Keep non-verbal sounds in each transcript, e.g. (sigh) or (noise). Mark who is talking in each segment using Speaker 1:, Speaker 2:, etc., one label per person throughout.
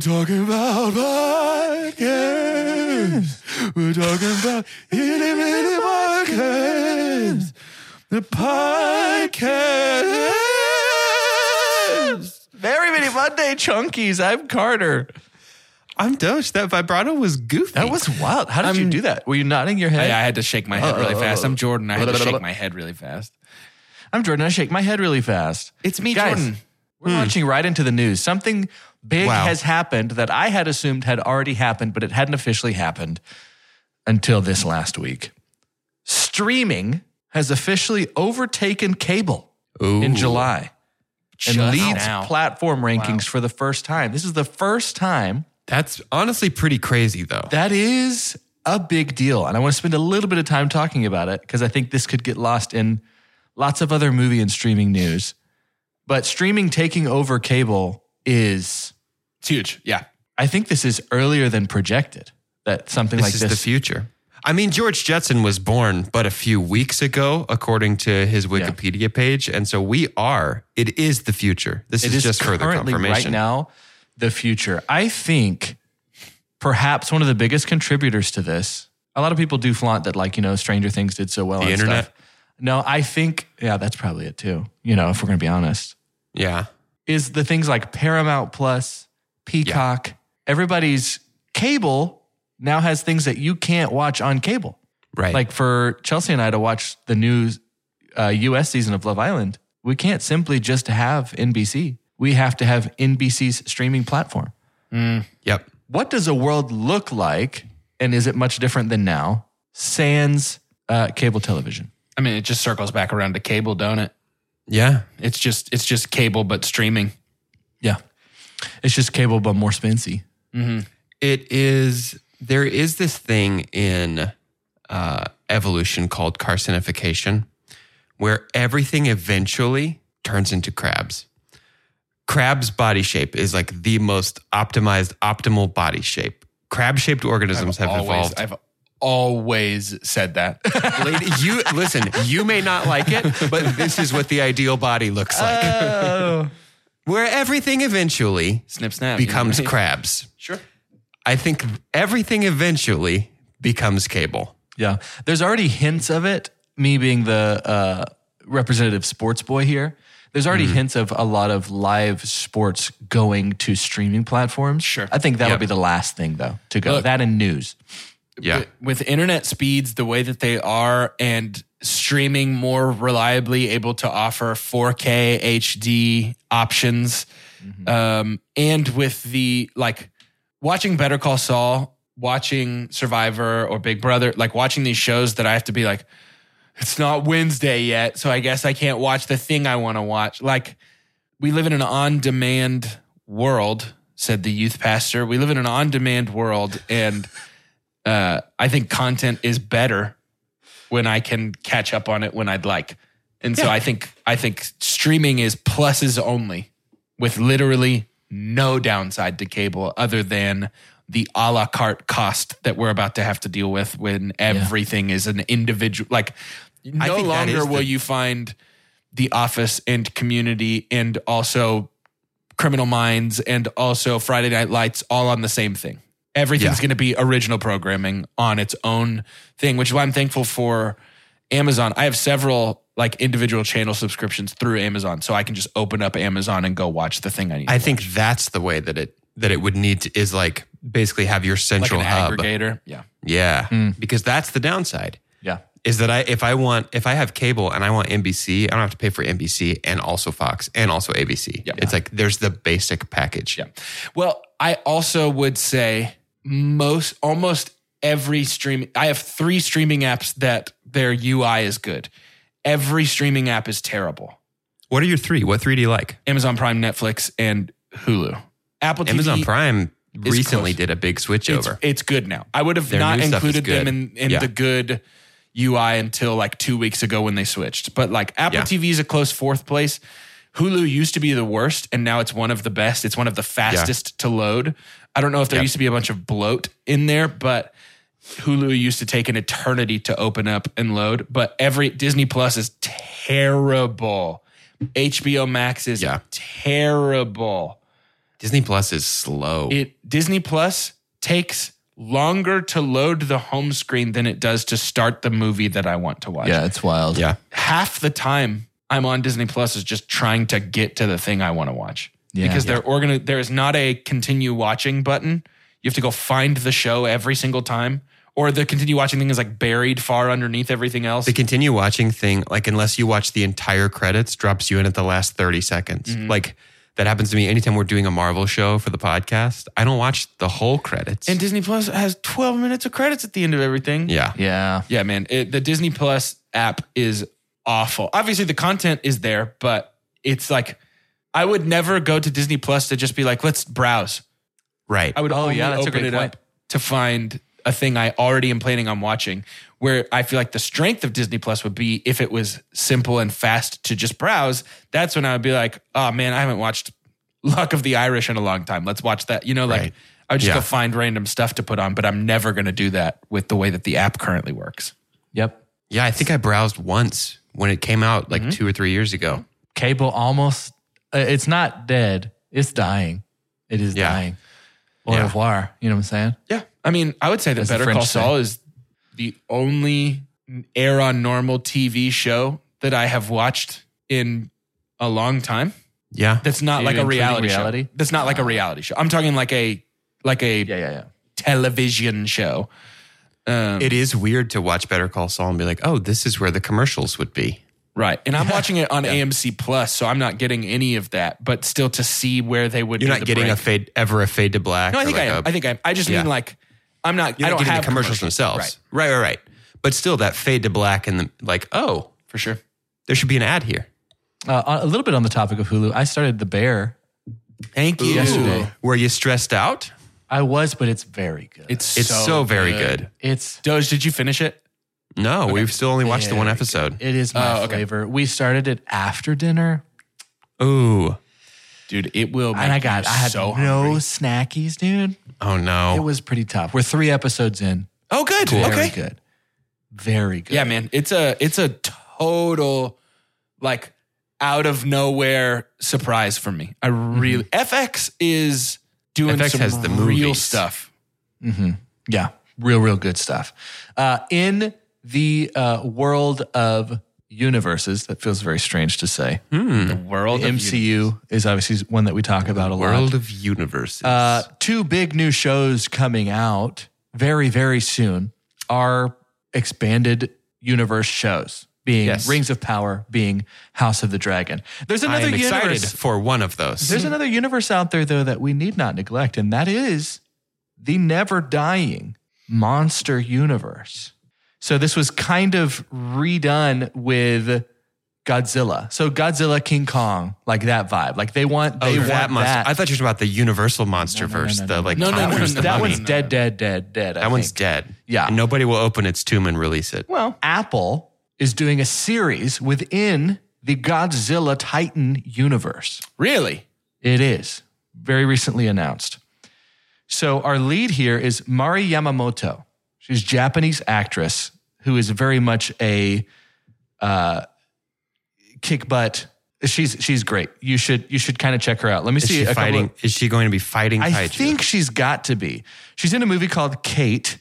Speaker 1: talking about podcasts. We're talking about itty bitty podcasts. The podcast.
Speaker 2: Very many Monday chunkies. I'm Carter.
Speaker 3: I'm Dosh. That vibrato was goofy.
Speaker 2: That was wild. How did you
Speaker 3: I'm-
Speaker 2: do that? Were you nodding your
Speaker 3: I, I
Speaker 2: head?
Speaker 3: had to shake my head really fast. I'm Jordan. I had to shake my head really fast.
Speaker 2: I, am Jordan. I shake my head really fast.
Speaker 3: It's me,
Speaker 2: Guys,
Speaker 3: Jordan.
Speaker 2: We're launching right into the news. Something big
Speaker 3: hmm. Wow.
Speaker 2: has happened that I had assumed had already happened, but it hadn't officially happened until this last week. Streaming has officially overtaken cable in July and
Speaker 3: Just
Speaker 2: leads
Speaker 3: now.
Speaker 2: platform rankings for the first time. This is the first time
Speaker 3: That's honestly pretty crazy, though.
Speaker 2: That is a big deal. And I want to spend a little bit of time talking about it because I think this could get lost in lots of other movie and streaming news. But streaming taking over cable is,
Speaker 3: It's huge. Yeah.
Speaker 2: I think this is earlier than projected that something
Speaker 4: This
Speaker 2: like
Speaker 4: is
Speaker 2: this.
Speaker 4: the future. I mean, George Jetson was born but a few weeks ago, according to his Wikipedia page. And so we are, it is the future. This
Speaker 2: it
Speaker 4: is,
Speaker 2: is
Speaker 4: just further
Speaker 2: currently right
Speaker 4: confirmation.
Speaker 2: now the future. I think perhaps one of the biggest contributors to this, a lot of people do flaunt that, like, you know, Stranger Things did so well
Speaker 4: The
Speaker 2: on
Speaker 4: internet?
Speaker 2: stuff. No, I think, yeah, that's probably it too, you know, if we're going to be honest.
Speaker 4: Yeah.
Speaker 2: is the things like Paramount Plus, Peacock, everybody's cable now has things that you can't watch on cable.
Speaker 4: Right.
Speaker 2: Like for Chelsea and I to watch the new uh, US season of Love Island, we can't simply just have NBC. We have to have NBC's streaming platform.
Speaker 4: yep.
Speaker 2: What does a world look like? And is it much different than now? Sans uh, cable television.
Speaker 3: I mean, it just circles back around to cable, don't it?
Speaker 4: Yeah.
Speaker 3: It's just it's just cable, but streaming.
Speaker 2: Yeah. It's just cable, but more spency.
Speaker 4: It is, there is this thing in uh, evolution called carcinification, where everything eventually turns into crabs. Crab's body shape is like the most optimized, optimal body shape. Crab shaped organisms have
Speaker 3: always,
Speaker 4: evolved.
Speaker 3: I've always said that. (laughs)
Speaker 4: Lady, you listen. You may not like it, but this is what the ideal body looks like.
Speaker 3: Oh.
Speaker 4: Where everything eventually
Speaker 3: Snip snap you know
Speaker 4: becomes
Speaker 3: what I mean?
Speaker 4: crabs.
Speaker 3: Sure.
Speaker 4: I think everything eventually becomes cable.
Speaker 2: Yeah. There's already hints of it, me being the uh, representative sports boy here. There's already hints of a lot of live sports going to streaming platforms.
Speaker 3: Sure.
Speaker 2: I think that'll
Speaker 4: Yep.
Speaker 2: be the last thing, though, to go.
Speaker 3: Look.
Speaker 2: that and news.
Speaker 4: Yeah.
Speaker 3: With- with internet speeds the way that they are and streaming more reliably able to offer 4K HD options um and with the like watching Better Call Saul, watching Survivor or Big Brother, like watching these shows that I have to be like it's not Wednesday yet, so I guess I can't watch the thing I want to watch. Like we live in an on-demand world, said the youth pastor. We live in an on-demand world and uh, I think content is better when I can catch up on it when I'd like. And so I think I think streaming is pluses only with literally no downside to cable other than the a la carte cost that we're about to have to deal with when everything is an individual like no
Speaker 4: think that
Speaker 3: longer
Speaker 4: is
Speaker 3: will
Speaker 4: the-
Speaker 3: you find the office and community and also criminal minds and also friday night lights all on the same thing everything's
Speaker 4: Yeah.
Speaker 3: going to be original programming on its own thing which is why i'm thankful for amazon i have several like individual channel subscriptions through amazon so i can just open up amazon and go watch the thing i need
Speaker 4: I think that's the way that it that it would need to is like basically have your
Speaker 3: like
Speaker 4: central
Speaker 3: an Hmm.
Speaker 4: hub.
Speaker 3: aggregator yeah
Speaker 4: Yeah. Because that's the downside.
Speaker 2: Yeah.
Speaker 4: is that I if I want if I have cable and I want NBC, I don't have to pay for NBC and also Fox and also ABC. It's like there's the basic package.
Speaker 3: Yeah. Well, I also would say most almost every stream I have three streaming apps that their UI is good. Every streaming app is terrible.
Speaker 4: What are your three? What three do you like?
Speaker 3: Amazon Prime, Netflix, and Hulu. Apple TV
Speaker 4: Amazon Prime
Speaker 3: is
Speaker 4: recently
Speaker 3: close.
Speaker 4: did a big switch
Speaker 3: it's,
Speaker 4: over.
Speaker 3: it's good now. I would have
Speaker 4: Their
Speaker 3: not
Speaker 4: new stuff is
Speaker 3: included them
Speaker 4: good.
Speaker 3: in, in
Speaker 4: Yeah.
Speaker 3: the good UI until like two weeks ago when they switched. But like Apple
Speaker 4: Yeah.
Speaker 3: TV is a close fourth place. Hulu used to be the worst, and now it's one of the best. It's one of the fastest to load. I don't know if there used to be a bunch of bloat in there, but Hulu used to take an eternity to open up and load. But every Disney Plus is terrible. HBO Max is
Speaker 4: Yeah.
Speaker 3: terrible.
Speaker 4: Disney Plus is slow.
Speaker 3: It Disney Plus takes longer to load the home screen than it does to start the movie that I want to watch.
Speaker 2: Yeah, it's wild.
Speaker 4: yeah.
Speaker 3: Half the time I'm on Disney Plus is just trying to get to the thing I want to watch.
Speaker 2: Yeah.
Speaker 3: because they're organi- there is not a continue watching button. You have to go find the show every single time. Or the continue watching thing is like buried far underneath everything else.
Speaker 4: The continue watching thing, like unless you watch the entire credits, drops you in at the last 30 seconds.
Speaker 3: Mm-hmm.
Speaker 4: Like that happens to me anytime we're doing a Marvel show for the podcast. I don't watch the whole credits.
Speaker 3: And Disney Plus has 12 minutes of credits at the end of everything.
Speaker 4: yeah.
Speaker 2: Yeah.
Speaker 3: Yeah, man. It, the Disney Plus app is awful. Obviously, the content is there, but it's like I would never go to Disney Plus to just be like, let's browse.
Speaker 4: Right.
Speaker 3: I would
Speaker 2: Oh,
Speaker 3: only
Speaker 2: yeah, that's a
Speaker 3: open
Speaker 2: great
Speaker 3: it
Speaker 2: point.
Speaker 3: up to find a thing I already am planning on watching. Where I feel like the strength of Disney Plus would be if it was simple and fast to just browse. That's when I would be like, oh man, I haven't watched Luck of the Irish in a long time. Let's watch that. You know, like
Speaker 4: Right.
Speaker 3: I would just
Speaker 4: Yeah.
Speaker 3: go find random stuff to put on, but I'm never going to do that with the way that the app currently works.
Speaker 2: Yep.
Speaker 4: yeah. I think I browsed once when it came out
Speaker 3: Mm-hmm.
Speaker 4: like two or three years ago.
Speaker 2: Cable almost, uh, it's not dead. It's dying. It is
Speaker 4: Yeah.
Speaker 2: dying. Au
Speaker 4: Yeah.
Speaker 2: revoir. You know what I'm saying?
Speaker 3: Yeah. I mean, I would say that
Speaker 2: As the
Speaker 3: Better
Speaker 2: French
Speaker 3: Call Saul is the only air on normal TV show that I have watched in a long time.
Speaker 4: Yeah.
Speaker 3: That's not like a
Speaker 2: including
Speaker 3: reality,
Speaker 2: reality?
Speaker 3: show. That's not
Speaker 4: Ah.
Speaker 3: like a reality show. I'm talking like a like a
Speaker 2: yeah, yeah.
Speaker 3: television show. Um,
Speaker 4: It is weird to watch Better Call Saul and be like, oh, this is where the commercials would be.
Speaker 3: right. And
Speaker 4: (laughs)
Speaker 3: I'm watching it on AMC Plus, so I'm not getting any of that, but still to see where they would
Speaker 4: You're
Speaker 3: do
Speaker 4: not
Speaker 3: the
Speaker 4: getting a
Speaker 3: break.
Speaker 4: fade, ever a fade to black.
Speaker 3: No, I
Speaker 4: or
Speaker 3: think I
Speaker 4: like
Speaker 3: am.
Speaker 4: a-
Speaker 3: I think I am. I just
Speaker 4: Yeah.
Speaker 3: mean like I'm not
Speaker 4: You're
Speaker 3: I
Speaker 4: not
Speaker 3: don't
Speaker 4: getting
Speaker 3: have
Speaker 4: the commercials, themselves.
Speaker 3: Right.
Speaker 4: right, right, right. But still, that fade to black and the, like, oh,
Speaker 3: For sure.
Speaker 4: there should be an ad here.
Speaker 2: Uh, a little bit on the topic of Hulu. I started The Bear.
Speaker 3: Thank you.
Speaker 2: Yesterday.
Speaker 4: Were you stressed out?
Speaker 2: I was, but it's very good.
Speaker 3: It's
Speaker 4: It's so, very good.
Speaker 2: it's
Speaker 3: Doge, did you finish it?
Speaker 4: No, we've still only watched the one
Speaker 2: Yeah.
Speaker 4: episode.
Speaker 2: it is my
Speaker 3: Oh, okay.
Speaker 2: flavor. We started it after dinner,
Speaker 4: Ooh.
Speaker 3: Dude, it will make
Speaker 2: and I got
Speaker 3: you
Speaker 2: I had
Speaker 3: so
Speaker 2: no
Speaker 3: hungry.
Speaker 2: snackies, dude.
Speaker 4: Oh no.
Speaker 2: It was pretty tough. We're three episodes in.
Speaker 3: Oh good.
Speaker 2: Very
Speaker 3: Okay.
Speaker 2: good. Very good.
Speaker 3: Yeah, man. It's a it's a total like out of nowhere surprise for me. I really FX is doing
Speaker 4: FX
Speaker 3: some
Speaker 4: has the
Speaker 3: real
Speaker 4: movies.
Speaker 3: stuff.
Speaker 2: hmm Yeah. Real, real good stuff. Uh, in the uh, world of universes, that feels very strange to say.
Speaker 4: Hmm.
Speaker 3: The world of
Speaker 2: MCU is obviously one that we talk about a lot.
Speaker 4: World of universes.
Speaker 2: Uh, two big new shows coming out very, very soon are expanded universe shows, being
Speaker 4: Yes.
Speaker 2: Rings of Power, being House of the Dragon. There's
Speaker 4: I
Speaker 2: another
Speaker 4: am
Speaker 2: universe.
Speaker 4: excited for one of those.
Speaker 2: There's another universe out there, though, that we need not neglect, and that is the never dying monster universe. So, this was kind of redone with Godzilla. So, Godzilla, King Kong, like that vibe. Like, they want,
Speaker 4: oh,
Speaker 2: they want
Speaker 4: that monster.
Speaker 2: that.
Speaker 4: I thought you were talking about the Universal Monsterverse. verse.
Speaker 2: no, no,
Speaker 4: the like
Speaker 3: no, no,
Speaker 2: that
Speaker 3: no,
Speaker 4: conquers
Speaker 2: one's,
Speaker 3: no,
Speaker 4: the
Speaker 2: that
Speaker 4: money.
Speaker 2: one's dead, dead, dead, dead. I
Speaker 4: that one's
Speaker 2: think.
Speaker 4: dead.
Speaker 2: Yeah.
Speaker 4: And nobody will open its tomb and release it.
Speaker 2: Well, Apple is doing a series within the Godzilla Titan universe.
Speaker 3: Really?
Speaker 2: It is very recently announced. So our lead here is Mari Yamamoto. She's a Japanese actress who is very much a uh, kick butt. She's she's great. You should you should kind of check her out. Let me
Speaker 4: Is
Speaker 2: see
Speaker 4: she
Speaker 2: a couple
Speaker 4: fighting?
Speaker 2: of-
Speaker 4: is she going to be fighting
Speaker 2: I
Speaker 4: kaiju?
Speaker 2: think she's got to be. She's in a movie called Kate,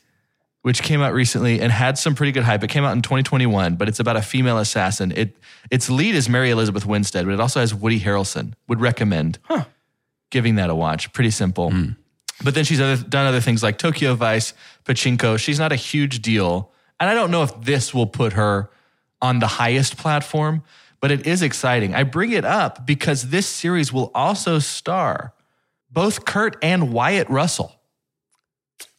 Speaker 2: which came out recently and had some pretty good hype. It came out in 2021, but it's about a female assassin. It its lead is Mary Elizabeth Winstead, but it also has Woody Harrelson. Would recommend giving that a watch. Pretty simple. But then she's other, done other things like Tokyo Vice, Pachinko. She's not a huge deal, and I don't know if this will put her on the highest platform. But it is exciting. I bring it up because this series will also star both Kurt and Wyatt Russell,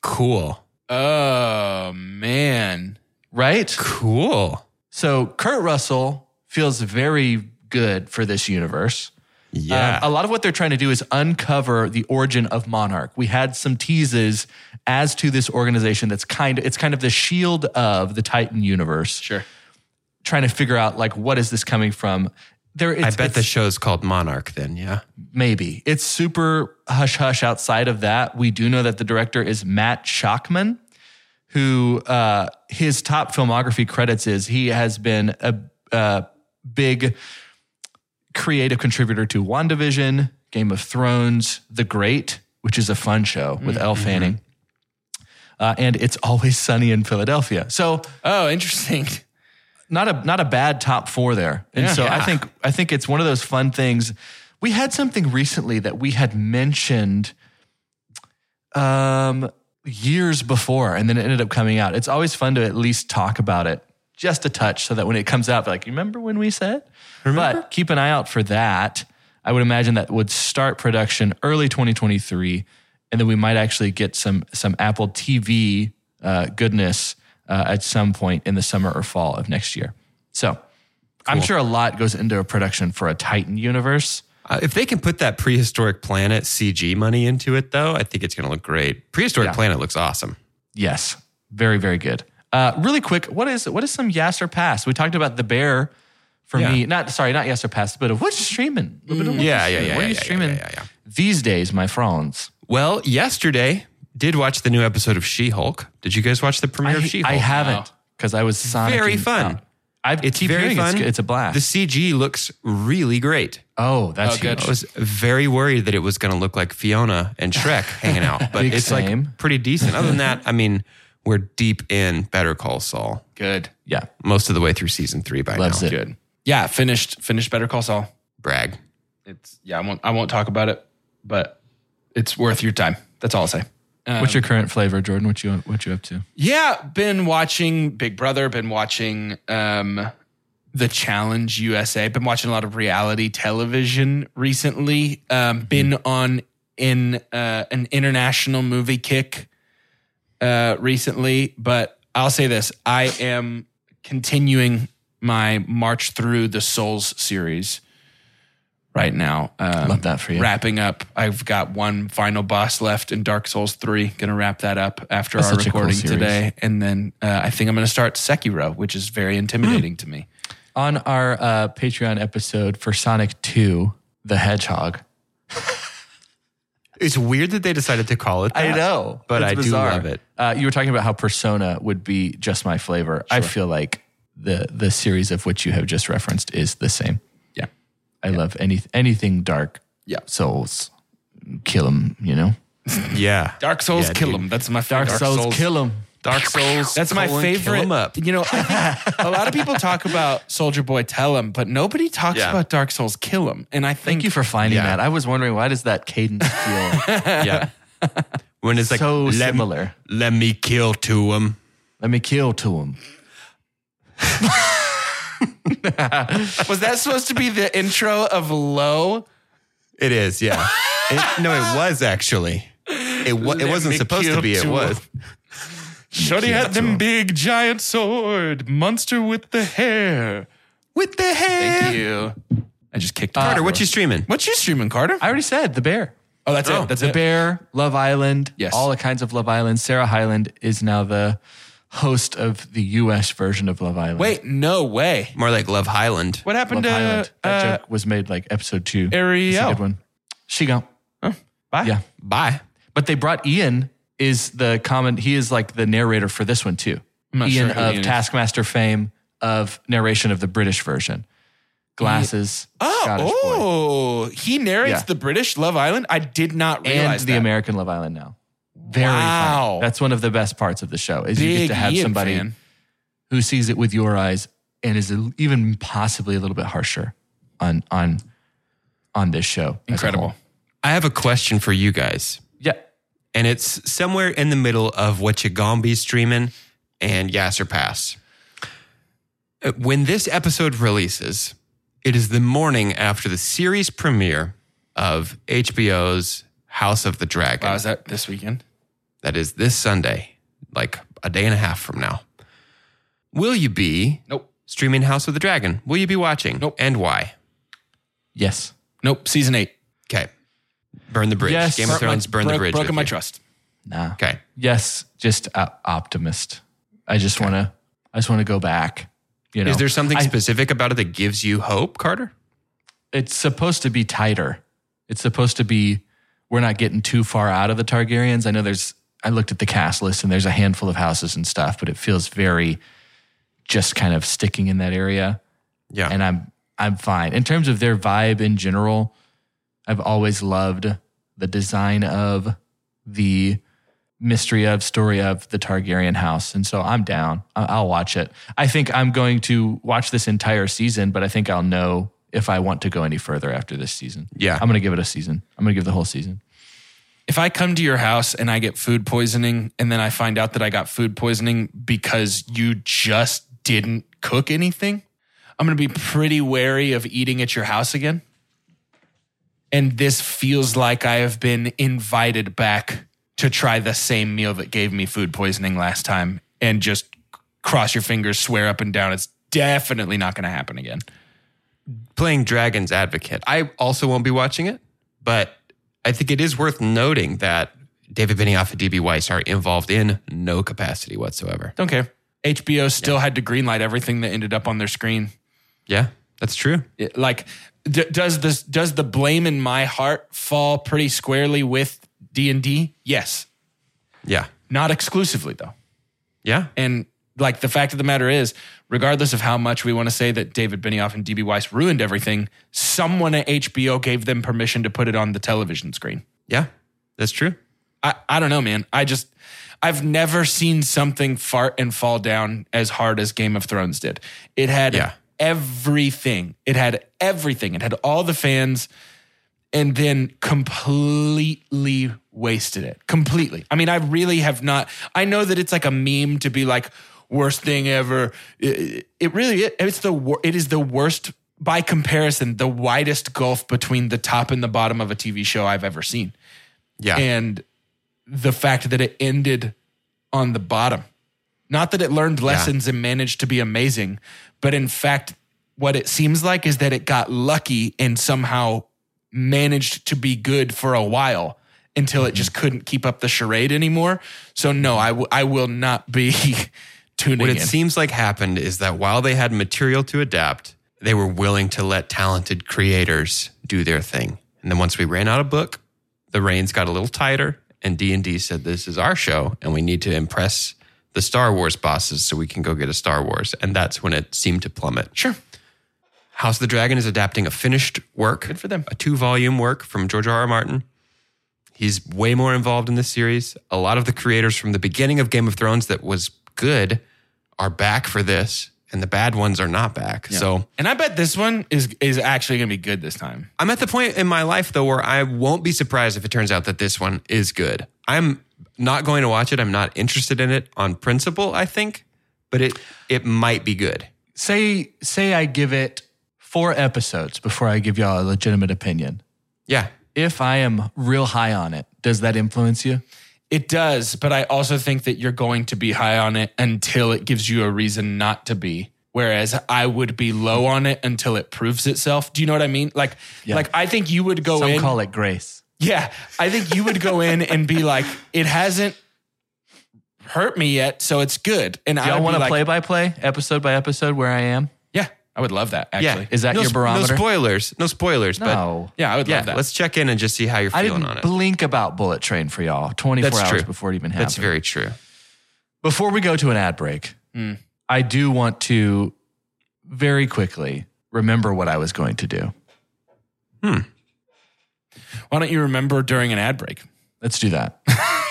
Speaker 4: cool.
Speaker 3: Oh man.
Speaker 2: right? Uh,
Speaker 4: Cool.
Speaker 2: So Kurt Russell feels very good for this universe.
Speaker 4: Yeah.
Speaker 2: Um, a lot of what they're trying to do is uncover the origin of Monarch. We had some teases as to this organization that's kind of it's kind of the shield of the Titan universe.
Speaker 3: Sure.
Speaker 2: Trying to figure out like what is this coming from? There, it's,
Speaker 4: I bet
Speaker 2: it's-
Speaker 4: the show's called Monarch then, yeah.
Speaker 2: maybe it's super hush hush outside of that we do know that the director is matt shockman who uh, his top filmography credits is he has been a, a big creative contributor to wandavision Game of Thrones, The Great, which is a fun show with Elle Fanning, uh, and It's Always Sunny in Philadelphia. So
Speaker 3: Oh, interesting. (laughs)
Speaker 2: not a not a bad top four there. And so I think I think it's one of those fun things. We had something recently that we had mentioned um, years before, and then it ended up coming out. It's always fun to at least talk about it just a touch, so that when it comes out, like remember when we said. But keep an eye out for that. I would imagine that would start production early 2023, and then we might actually get some some Apple TV uh, goodness uh, at some point in the summer or fall of next year. So I'm sure a lot goes into a production for a Titan universe.
Speaker 4: Uh, if they can put that prehistoric planet CG money into it, though, I think it's going to look great. Prehistoric planet looks awesome.
Speaker 2: Yes, very very good. Uh, really quick, what is what is some yes or pass? We talked about the bear. For me, not sorry, not yes or pass, but what's streaming? Mm. A bit of what's
Speaker 4: Yeah, yeah,
Speaker 2: streaming?
Speaker 4: yeah,
Speaker 2: What are
Speaker 4: yeah,
Speaker 2: you
Speaker 4: yeah,
Speaker 2: streaming
Speaker 4: yeah, yeah, yeah.
Speaker 2: these days, my friends?
Speaker 4: Well, yesterday did watch the new episode of She Hulk. Did you guys watch the premiere of
Speaker 2: I,
Speaker 4: She
Speaker 2: I
Speaker 4: Hulk?
Speaker 2: haven't because I was sonicking
Speaker 4: Very fun.
Speaker 2: out. I
Speaker 4: It's
Speaker 2: keep
Speaker 4: very
Speaker 2: hearing
Speaker 4: fun.
Speaker 2: It's, it's a blast.
Speaker 4: The CG looks really great.
Speaker 2: oh, that's
Speaker 3: Oh, good.
Speaker 2: huge.
Speaker 4: I was very worried that it was going to look like Fiona and Shrek
Speaker 2: (laughs)
Speaker 4: hanging out, but
Speaker 2: Big
Speaker 4: it's
Speaker 2: same.
Speaker 4: like pretty decent. Other than that, I mean, we're deep in Better Call Saul,
Speaker 3: Good.
Speaker 2: Yeah,
Speaker 4: most of the way through season three by
Speaker 2: loves
Speaker 4: now.
Speaker 2: it.
Speaker 3: Good. Yeah, finished finished Better Call Saul.
Speaker 4: Brag.
Speaker 3: It's yeah, I won't I won't talk about it, but it's worth your time. That's all I'll say.
Speaker 2: What's your current flavor, Jordan? What you what you up to?
Speaker 3: Yeah, been watching Big Brother, been watching um The Challenge USA, been watching a lot of reality television recently. Um been on in uh an international movie kick uh recently, but I'll say this, I am continuing my march through the Souls series right now. Um,
Speaker 2: Love that for you.
Speaker 3: Wrapping up, I've got one final boss left in Dark Souls 3. Gonna wrap that up after
Speaker 2: That's
Speaker 3: our
Speaker 2: such a cool
Speaker 3: recording
Speaker 2: series.
Speaker 3: today. And then uh, I think I'm gonna start Sekiro, which is very intimidating to me.
Speaker 2: On our uh, Patreon episode for Sonic Two, the Hedgehog.
Speaker 4: It's weird that they decided to call it that.
Speaker 2: know,
Speaker 4: but
Speaker 2: It's
Speaker 4: I do
Speaker 2: bizarre.
Speaker 4: love it.
Speaker 2: Uh, you were talking about how Persona would be just my flavor. I feel like the the series of which you have just referenced is the same.
Speaker 3: Yeah.
Speaker 2: I love any anything dark.
Speaker 3: Yeah.
Speaker 2: souls, kill them. You know,
Speaker 4: Yeah.
Speaker 3: Dark Souls
Speaker 4: Yeah,
Speaker 3: kill
Speaker 4: dude.
Speaker 3: them. That's my
Speaker 2: dark, souls, kill them.
Speaker 4: Dark Souls.
Speaker 3: That's my
Speaker 4: colon,
Speaker 3: favorite.
Speaker 4: Kill 'em up.
Speaker 3: You know, I think a lot of people talk about Soldier Boy Tell him, but nobody talks
Speaker 4: Yeah.
Speaker 3: about Dark Souls Kill him. And I think
Speaker 2: Thank you for finding
Speaker 4: Yeah.
Speaker 2: that. I was wondering why does that cadence (laughs) feel
Speaker 4: (laughs) Yeah. When it's like
Speaker 2: so
Speaker 4: let,
Speaker 2: similar?
Speaker 4: let me kill to him.
Speaker 2: Let me kill to him.
Speaker 3: was that supposed to be the intro of Low?
Speaker 4: It is,
Speaker 2: (laughs)
Speaker 4: yeah. It- no, it was actually. It wa- it
Speaker 3: Let
Speaker 4: wasn't
Speaker 3: me
Speaker 4: supposed
Speaker 3: kill
Speaker 4: to be. It
Speaker 3: to
Speaker 4: was.
Speaker 3: (laughs) Shorty had them big giant sword, monster with the hair.
Speaker 4: With the hair.
Speaker 3: Thank you. I just kicked
Speaker 4: Carter, what you streaming?
Speaker 3: What you streaming, Carter?
Speaker 2: I already said the bear.
Speaker 3: oh, that's
Speaker 4: Oh,
Speaker 3: it. That's
Speaker 2: The
Speaker 3: it.
Speaker 2: bear, Love Island,
Speaker 3: Yes.
Speaker 2: all the kinds of Love Island. Sarah Hyland is now the host of the US version of Love Island.
Speaker 3: Wait, no way.
Speaker 4: More like Love Highland.
Speaker 3: What happened
Speaker 2: Love Island.
Speaker 3: to
Speaker 2: That
Speaker 3: uh,
Speaker 2: joke was made like episode two. It's a
Speaker 3: Ariel?
Speaker 2: good one. She go.
Speaker 3: Bye.
Speaker 2: Yeah.
Speaker 4: Bye.
Speaker 2: But they brought Ian is the common he is like the narrator for this one too.
Speaker 3: not
Speaker 2: Ian
Speaker 3: sure who
Speaker 2: of
Speaker 3: Ian is.
Speaker 2: Taskmaster fame of narration of the British version. Glasses.
Speaker 3: Oh,
Speaker 2: Scottish boy.
Speaker 3: oh, he narrates
Speaker 2: Yeah.
Speaker 3: the British Love Island. I did not realize
Speaker 2: and the
Speaker 3: that.
Speaker 2: American Love Island now. Very
Speaker 3: Wow.
Speaker 2: funny. That's one of the best parts of the show is you get
Speaker 3: Big
Speaker 2: to have
Speaker 3: Ian
Speaker 2: somebody
Speaker 3: fan.
Speaker 2: who sees it with your eyes and is a- even possibly a little bit harsher on on on this show. as a
Speaker 3: Incredible.
Speaker 2: whole.
Speaker 4: I have a question for you guys.
Speaker 2: Yeah.
Speaker 4: And it's somewhere in the middle of what Chigambi streaming and Yasser Pass. Uh, When this episode releases, it is the morning after the series premiere of HBO's House of the Dragon.
Speaker 3: Wow, is that this weekend?
Speaker 4: that is this Sunday, like a day and a half from now. Will you be
Speaker 3: Nope.
Speaker 4: streaming House of the Dragon? Will you be watching?
Speaker 3: Nope.
Speaker 4: And why?
Speaker 2: Yes.
Speaker 3: Nope. Season eight.
Speaker 4: Okay. Burn the bridge.
Speaker 2: Yes.
Speaker 4: Game of
Speaker 2: Broke my-
Speaker 4: Thrones, burn
Speaker 3: Broke-
Speaker 4: the bridge.
Speaker 3: Broken
Speaker 4: with
Speaker 3: my
Speaker 4: you.
Speaker 3: trust.
Speaker 2: Nah.
Speaker 4: Okay.
Speaker 2: Yes. Just uh, optimist. I just want to. I just want to go back. You know,
Speaker 4: Is there something specific about it that gives you hope, Carter?
Speaker 2: it's supposed to be tighter. It's supposed to be. We're not getting too far out of the Targaryens. I know there's. I looked at the cast list and there's a handful of houses and stuff, but it feels very, just kind of sticking in that area.
Speaker 4: Yeah.
Speaker 2: and I'm I'm fine in terms of their vibe in general. I've always loved the design of the mystery of story of the Targaryen house. And so I'm down. I- I'll watch it. I think I'm going to watch this entire season, but I think I'll know if I want to go any further after this season.
Speaker 4: Yeah.
Speaker 2: I'm going to give it a season. I'm going to give the whole season.
Speaker 3: If I come to your house and I get food poisoning and then I find out that I got food poisoning because you just didn't cook anything, I'm going to be pretty wary of eating at your house again. And this feels like I have been invited back to try the same meal that gave me food poisoning last time and just cross your fingers, swear up and down. It's definitely not going to happen again.
Speaker 4: playing Dragon's Advocate. I also won't be watching it, but I think it is worth noting that David Benioff and DB Weiss are involved in no capacity whatsoever.
Speaker 3: Don't care. HBO still had to greenlight everything that ended up on their screen.
Speaker 4: Yeah, that's true.
Speaker 3: It- like d- does this does the blame in my heart fall pretty squarely with d&d yes
Speaker 4: Yeah.
Speaker 3: not exclusively though
Speaker 4: Yeah.
Speaker 3: and like the fact of the matter is regardless of how much we want to say that david benioff and db weiss ruined everything someone at hbo gave them permission to put it on the television screen
Speaker 4: Yeah. That's true.
Speaker 3: i, I don't know man i just i've never seen something fart and fall down as hard as game of thrones did it had
Speaker 4: Yeah.
Speaker 3: everything it had everything it had all the fans and then completely wasted it. Completely. I mean, I really have not. I know that it's like a meme to be like worst thing ever. It, it really is. It's the wor- it is the worst by comparison. The widest gulf between the top and the bottom of a TV show I've ever seen,
Speaker 4: Yeah.
Speaker 3: and the fact that it ended on the bottom. Not that it learned lessons and managed to be amazing, but in fact, what it seems like is that it got lucky and somehow managed to be good for a while until
Speaker 4: Mm-hmm.
Speaker 3: it just couldn't keep up the charade anymore. So, no, I, w- I will not be (laughs) tuning
Speaker 4: what
Speaker 3: in.
Speaker 4: it seems like happened is that while they had material to adapt, they were willing to let talented creators do their thing. And then once we ran out of book, the reins got a little tighter and D&D said this is our show and we need to impress the Star Wars bosses so we can go get a Star Wars. And that's when it seemed to plummet.
Speaker 3: sure.
Speaker 4: House of the Dragon is adapting a finished work. Good
Speaker 3: for them.
Speaker 4: A two volume work from George R. R. Martin. He's way more involved in this series. A lot of the creators from the beginning of Game of Thrones that was good are back for this, and the bad ones are not back. So
Speaker 3: And I bet this one is is actually going to be good this time.
Speaker 4: I'm at the point in my life, though, where I won't be surprised if it turns out that this one is good. I'm not going to watch it. I'm not interested in it on principle, I think, but it, it might be good.
Speaker 2: Say say I give it 4 episodes before I give y'all a legitimate opinion.
Speaker 4: Yeah.
Speaker 2: If I am real high on it, does that influence you?
Speaker 3: It does, but I also think that you're going to be high on it until it gives you a reason not to be. Whereas I would be low on it until it proves itself. Do you know what I mean? Like, like I think you would
Speaker 4: Oh,
Speaker 3: go
Speaker 2: Some
Speaker 3: in.
Speaker 2: call it grace.
Speaker 3: yeah, I think you would go in and be like, it hasn't hurt me yet, so it's good. And I
Speaker 2: Y'all
Speaker 3: would
Speaker 2: want
Speaker 3: be
Speaker 2: to
Speaker 3: like,
Speaker 2: play by play, episode by episode, where I am?
Speaker 3: Yeah, I would love that.
Speaker 4: Yeah.
Speaker 3: Actually,
Speaker 2: Is that
Speaker 4: no,
Speaker 2: your
Speaker 4: sp-
Speaker 2: barometer?
Speaker 4: No spoilers. No spoilers, but
Speaker 2: no.
Speaker 3: yeah, I would
Speaker 4: Yeah,
Speaker 3: love that.
Speaker 4: let's check in and just see how you're
Speaker 2: I
Speaker 4: feeling on
Speaker 2: didn't
Speaker 4: it.
Speaker 2: blink about Bullet Train for y'all 24
Speaker 4: That's
Speaker 2: hours
Speaker 4: true.
Speaker 2: before it even happened.
Speaker 4: That's very true.
Speaker 2: Before we go to an ad break,
Speaker 3: Mm.
Speaker 2: I do want to very quickly remember what I was going to do.
Speaker 3: Why don't you remember during an ad break?
Speaker 2: Let's do that. (laughs)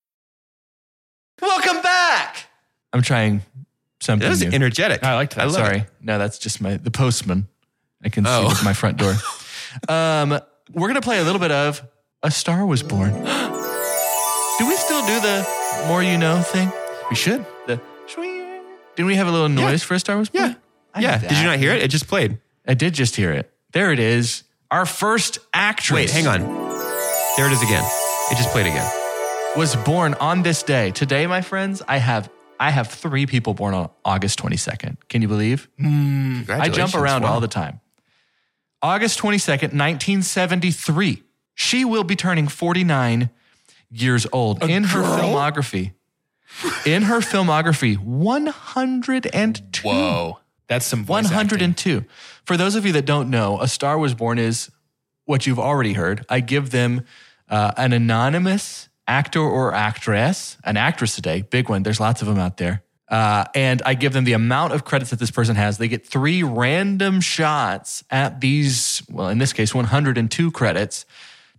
Speaker 4: Welcome back.
Speaker 2: I'm trying something
Speaker 4: That was
Speaker 2: new.
Speaker 4: energetic.
Speaker 2: I liked that.
Speaker 4: love
Speaker 2: Sorry.
Speaker 4: it.
Speaker 2: No, that's just my the postman. I can
Speaker 4: Oh.
Speaker 2: see it at my
Speaker 4: (laughs)
Speaker 2: front door. um, we're gonna play a little bit of "A Star
Speaker 4: (gasps)
Speaker 2: Was Born." do we still do the "More You Know" thing?
Speaker 3: We should.
Speaker 2: The shwing. didn't we have a little noise for "A Star Was Born"?
Speaker 4: Yeah.
Speaker 2: I
Speaker 4: yeah.
Speaker 2: did
Speaker 4: Did you
Speaker 2: that.
Speaker 4: not hear it? It just played.
Speaker 2: I did just hear it. There it is. Our first actress.
Speaker 4: Wait, hang on. There it is again. It just played again.
Speaker 2: Was born on this day. Today, my friends, I have I have three people born on August 22nd. Can you believe? I jump around all the time. August 22nd, 1973. She will be turning 49 years old. in her filmography, in her filmography, 102.
Speaker 3: Whoa. That's some voice acting.
Speaker 2: 102. For those of you that don't know, A Star Was Born is what you've already heard. I give them uh, an anonymous actor or actress, an actress today, big one. There's lots of them out there. Uh, and I give them the amount of credits that this person has. They get three random shots at these, well, in this case, 102 credits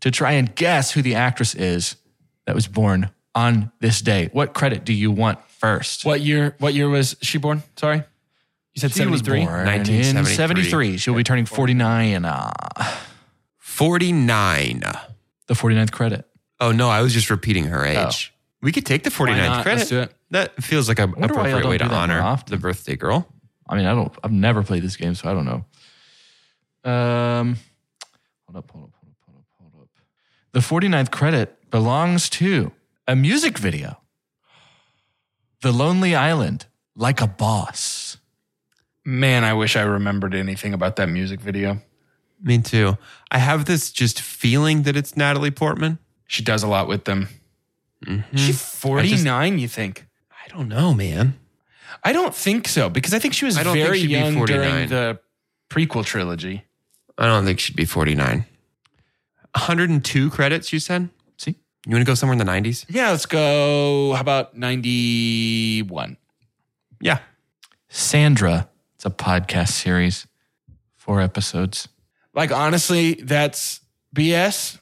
Speaker 2: to try and guess who the actress is that was born on this day. What credit do you want first?
Speaker 3: What year? What year was she born? Sorry, you said
Speaker 2: She was
Speaker 3: seventy three.
Speaker 2: born in
Speaker 4: 1973.
Speaker 2: 73. She'll be turning 49 uh,
Speaker 4: 49.
Speaker 2: the 49th credit.
Speaker 4: Oh, no. I was just repeating her
Speaker 2: Oh.
Speaker 4: age. We could take the 49th
Speaker 3: not?
Speaker 4: credit.
Speaker 3: Let's do it.
Speaker 4: That feels like an
Speaker 2: wonder why y'all
Speaker 4: appropriate
Speaker 2: don't
Speaker 4: way to
Speaker 2: do that more
Speaker 4: honor
Speaker 2: often.
Speaker 4: the birthday girl.
Speaker 2: I mean, I don't I've never played this game, so I don't know. Um hold up, hold up, hold up, hold up, hold up. The 49th credit belongs to a music video. The Lonely Island, like a boss.
Speaker 3: Man, I wish I remembered anything about that music video.
Speaker 4: Me too. I have this just feeling that it's Natalie Portman.
Speaker 3: She does a lot with them.
Speaker 4: Mhm.
Speaker 3: She forty nine. You think?
Speaker 4: I don't know, man.
Speaker 3: I don't think so because I think she was
Speaker 4: I don't think
Speaker 3: very
Speaker 4: she'd be
Speaker 3: young
Speaker 4: 49.
Speaker 3: during the prequel trilogy.
Speaker 4: I don't think she'd be 49. 102 credits, you said?
Speaker 2: See?
Speaker 4: You want to go somewhere in the 90s?
Speaker 3: Yeah, let's go. How about ninety one?
Speaker 4: Yeah.
Speaker 2: Sandra. It's a podcast series. Four episodes.
Speaker 3: Like honestly, that's BS.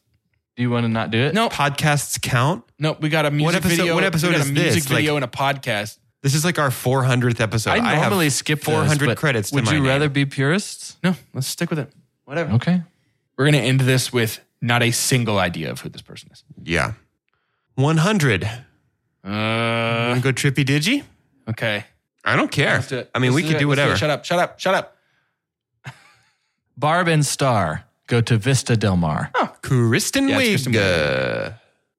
Speaker 2: Do you want to not do it?
Speaker 3: No,
Speaker 4: Podcasts count.
Speaker 3: no, we got a music
Speaker 4: episode-
Speaker 3: video.
Speaker 4: what episode
Speaker 3: we got
Speaker 4: is
Speaker 3: a music
Speaker 4: this?
Speaker 3: video
Speaker 4: Like-
Speaker 3: and a podcast.
Speaker 4: This is like our 400th episode.
Speaker 2: I
Speaker 4: have
Speaker 2: normally skip
Speaker 4: 400
Speaker 2: those, but
Speaker 4: credits to
Speaker 2: Would
Speaker 4: my
Speaker 2: you
Speaker 4: name.
Speaker 2: rather be purists?
Speaker 3: No, let's stick with it. Whatever.
Speaker 2: Okay.
Speaker 3: We're gonna end this with not a single idea of who this person is.
Speaker 4: Yeah. 100.
Speaker 3: Uh,
Speaker 4: want to go trippy digi?
Speaker 3: okay.
Speaker 4: I don't care.
Speaker 3: Let's do it.
Speaker 4: I mean,
Speaker 3: Let's
Speaker 4: we could
Speaker 3: it.
Speaker 4: do
Speaker 3: Let's
Speaker 4: whatever.
Speaker 3: it. Shut up. Shut up. Shut up.
Speaker 2: Barb and Star go to Vista Del Mar.
Speaker 4: Oh. Kristen
Speaker 3: Yeah, it's
Speaker 4: Wiig.
Speaker 3: Kristen
Speaker 4: uh,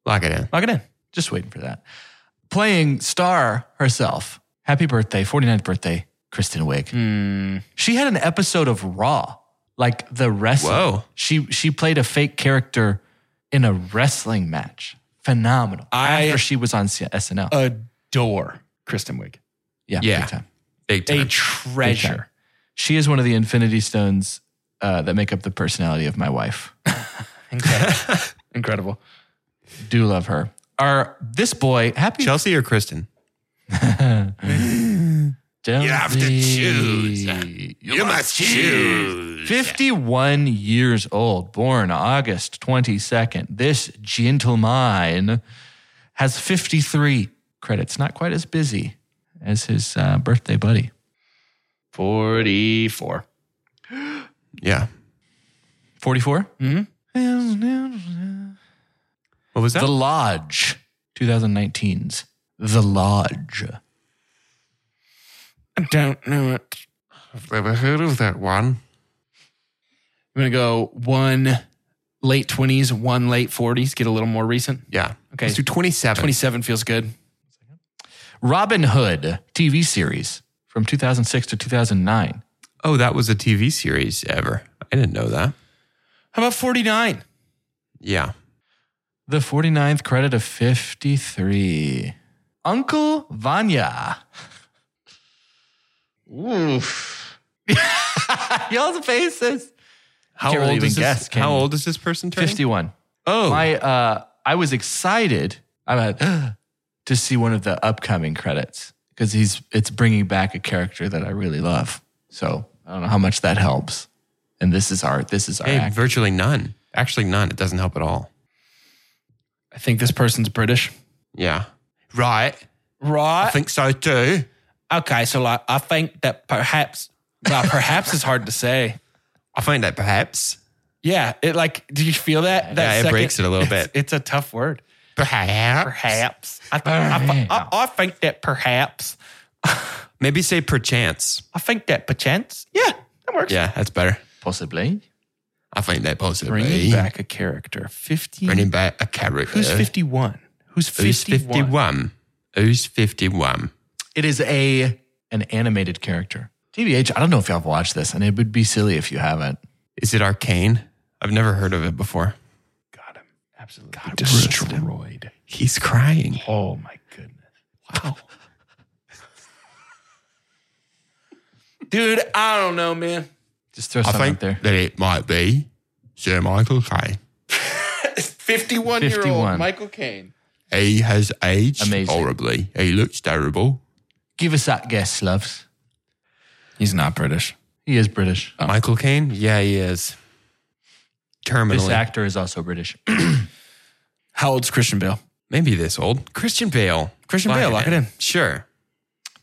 Speaker 4: Lock it in.
Speaker 2: Lock it in. Just waiting for that. Playing Star herself. Happy birthday, 49th birthday, Kristen Wiig.
Speaker 4: Hmm.
Speaker 2: She had an episode of Raw, like the wrestling.
Speaker 4: Whoa.
Speaker 2: She she played a fake character in a wrestling match. Phenomenal.
Speaker 3: I-
Speaker 2: After she was on C- SNL.
Speaker 3: Adore Kristen Wiig.
Speaker 2: yeah.
Speaker 4: Uh, yeah.
Speaker 2: big time.
Speaker 4: Big
Speaker 3: A
Speaker 4: time.
Speaker 2: Big time.
Speaker 3: treasure.
Speaker 2: She is one of the Infinity Stones uh, that make up the personality of my wife.
Speaker 3: (laughs) Incredible. Incredible.
Speaker 2: Do love her. Our this boy, happy
Speaker 4: Chelsea or Kristen?
Speaker 2: Don't
Speaker 4: have to
Speaker 2: be-
Speaker 4: choose. You must choose.
Speaker 2: 51 years old, born August 22nd. This gentleman has 53 credits, not quite as busy as his uh, birthday buddy.
Speaker 3: 44.
Speaker 4: Yeah.
Speaker 2: 44?
Speaker 3: Mhm.
Speaker 4: What was that?
Speaker 2: The Lodge, 2019's The Lodge.
Speaker 3: I don't know it.
Speaker 4: I've never heard of that one.
Speaker 3: I'm going to go one late 20s, one late 40s. Get a little more recent.
Speaker 4: Yeah.
Speaker 3: Okay.
Speaker 4: Let's do 27.
Speaker 3: 27 feels good.
Speaker 2: Robin Hood TV series from 2006 to 2009.
Speaker 4: Oh, that was a TV series ever. I didn't know that.
Speaker 3: How about 49?
Speaker 4: Yeah.
Speaker 2: The 49th credit of 53. Uncle Vanya. Oof. Y'all's faces.
Speaker 4: How
Speaker 2: Can't really even
Speaker 4: is this,
Speaker 2: guess, can
Speaker 4: How
Speaker 2: you?
Speaker 4: old is this person turning?
Speaker 2: 51.
Speaker 4: Oh,
Speaker 2: My uh I was excited about (gasps) to see one of the upcoming credits cuz he's it's bringing back a character that I really love. So, I don't know how much that helps. And this is our this is our
Speaker 4: hey,
Speaker 2: act.
Speaker 4: virtually none. Actually, none. It doesn't help at all.
Speaker 3: I think this person's British.
Speaker 4: Yeah. Right.
Speaker 3: Right.
Speaker 4: think so too. (laughs)
Speaker 3: okay. So like, I think that perhaps, well, perhaps is hard to say.
Speaker 4: I find that perhaps,
Speaker 3: Yeah, it like. Do you feel that? that
Speaker 4: Yeah, it breaks it a little
Speaker 3: it's-
Speaker 4: bit.
Speaker 3: It's a tough word.
Speaker 4: perhaps,
Speaker 3: Perhaps. I, th- I, I, I think that perhaps.
Speaker 4: maybe say perchance.
Speaker 3: I think that perchance. Yeah, that works.
Speaker 4: Yeah, that's better.
Speaker 2: Possibly.
Speaker 4: I find that possibly.
Speaker 3: Bringing back a character. 50.
Speaker 4: Bringing back a character.
Speaker 3: Who's 51? Who's
Speaker 4: Who's
Speaker 3: 51?
Speaker 4: 51? Who's 51?
Speaker 2: It is a an animated character. TBH, I don't know if y'all have watched this, and it would be silly if you haven't.
Speaker 4: Is it Arcane? I've never heard of it before.
Speaker 3: Got him. Absolutely destroyed.
Speaker 4: He's crying.
Speaker 3: Oh my goodness. Wow. Dude, I don't know, man.
Speaker 2: Just throw
Speaker 4: I
Speaker 2: something
Speaker 4: think
Speaker 2: out there.
Speaker 4: that it might be Sir Michael Caine.
Speaker 3: 51 year
Speaker 2: 51.
Speaker 3: old Michael Caine.
Speaker 4: He has aged
Speaker 2: Amazing.
Speaker 4: horribly. He looks terrible.
Speaker 2: Give us that guess, loves.
Speaker 3: He's not British. Oh,
Speaker 2: He is British.
Speaker 4: Michael Caine? Yeah, he is. Terminally.
Speaker 2: This actor is also British. (clears throat)
Speaker 3: How old's Christian Bale?
Speaker 4: Maybe this old. Christian Bale.
Speaker 3: Christian Bale, lock it in.
Speaker 4: Sure.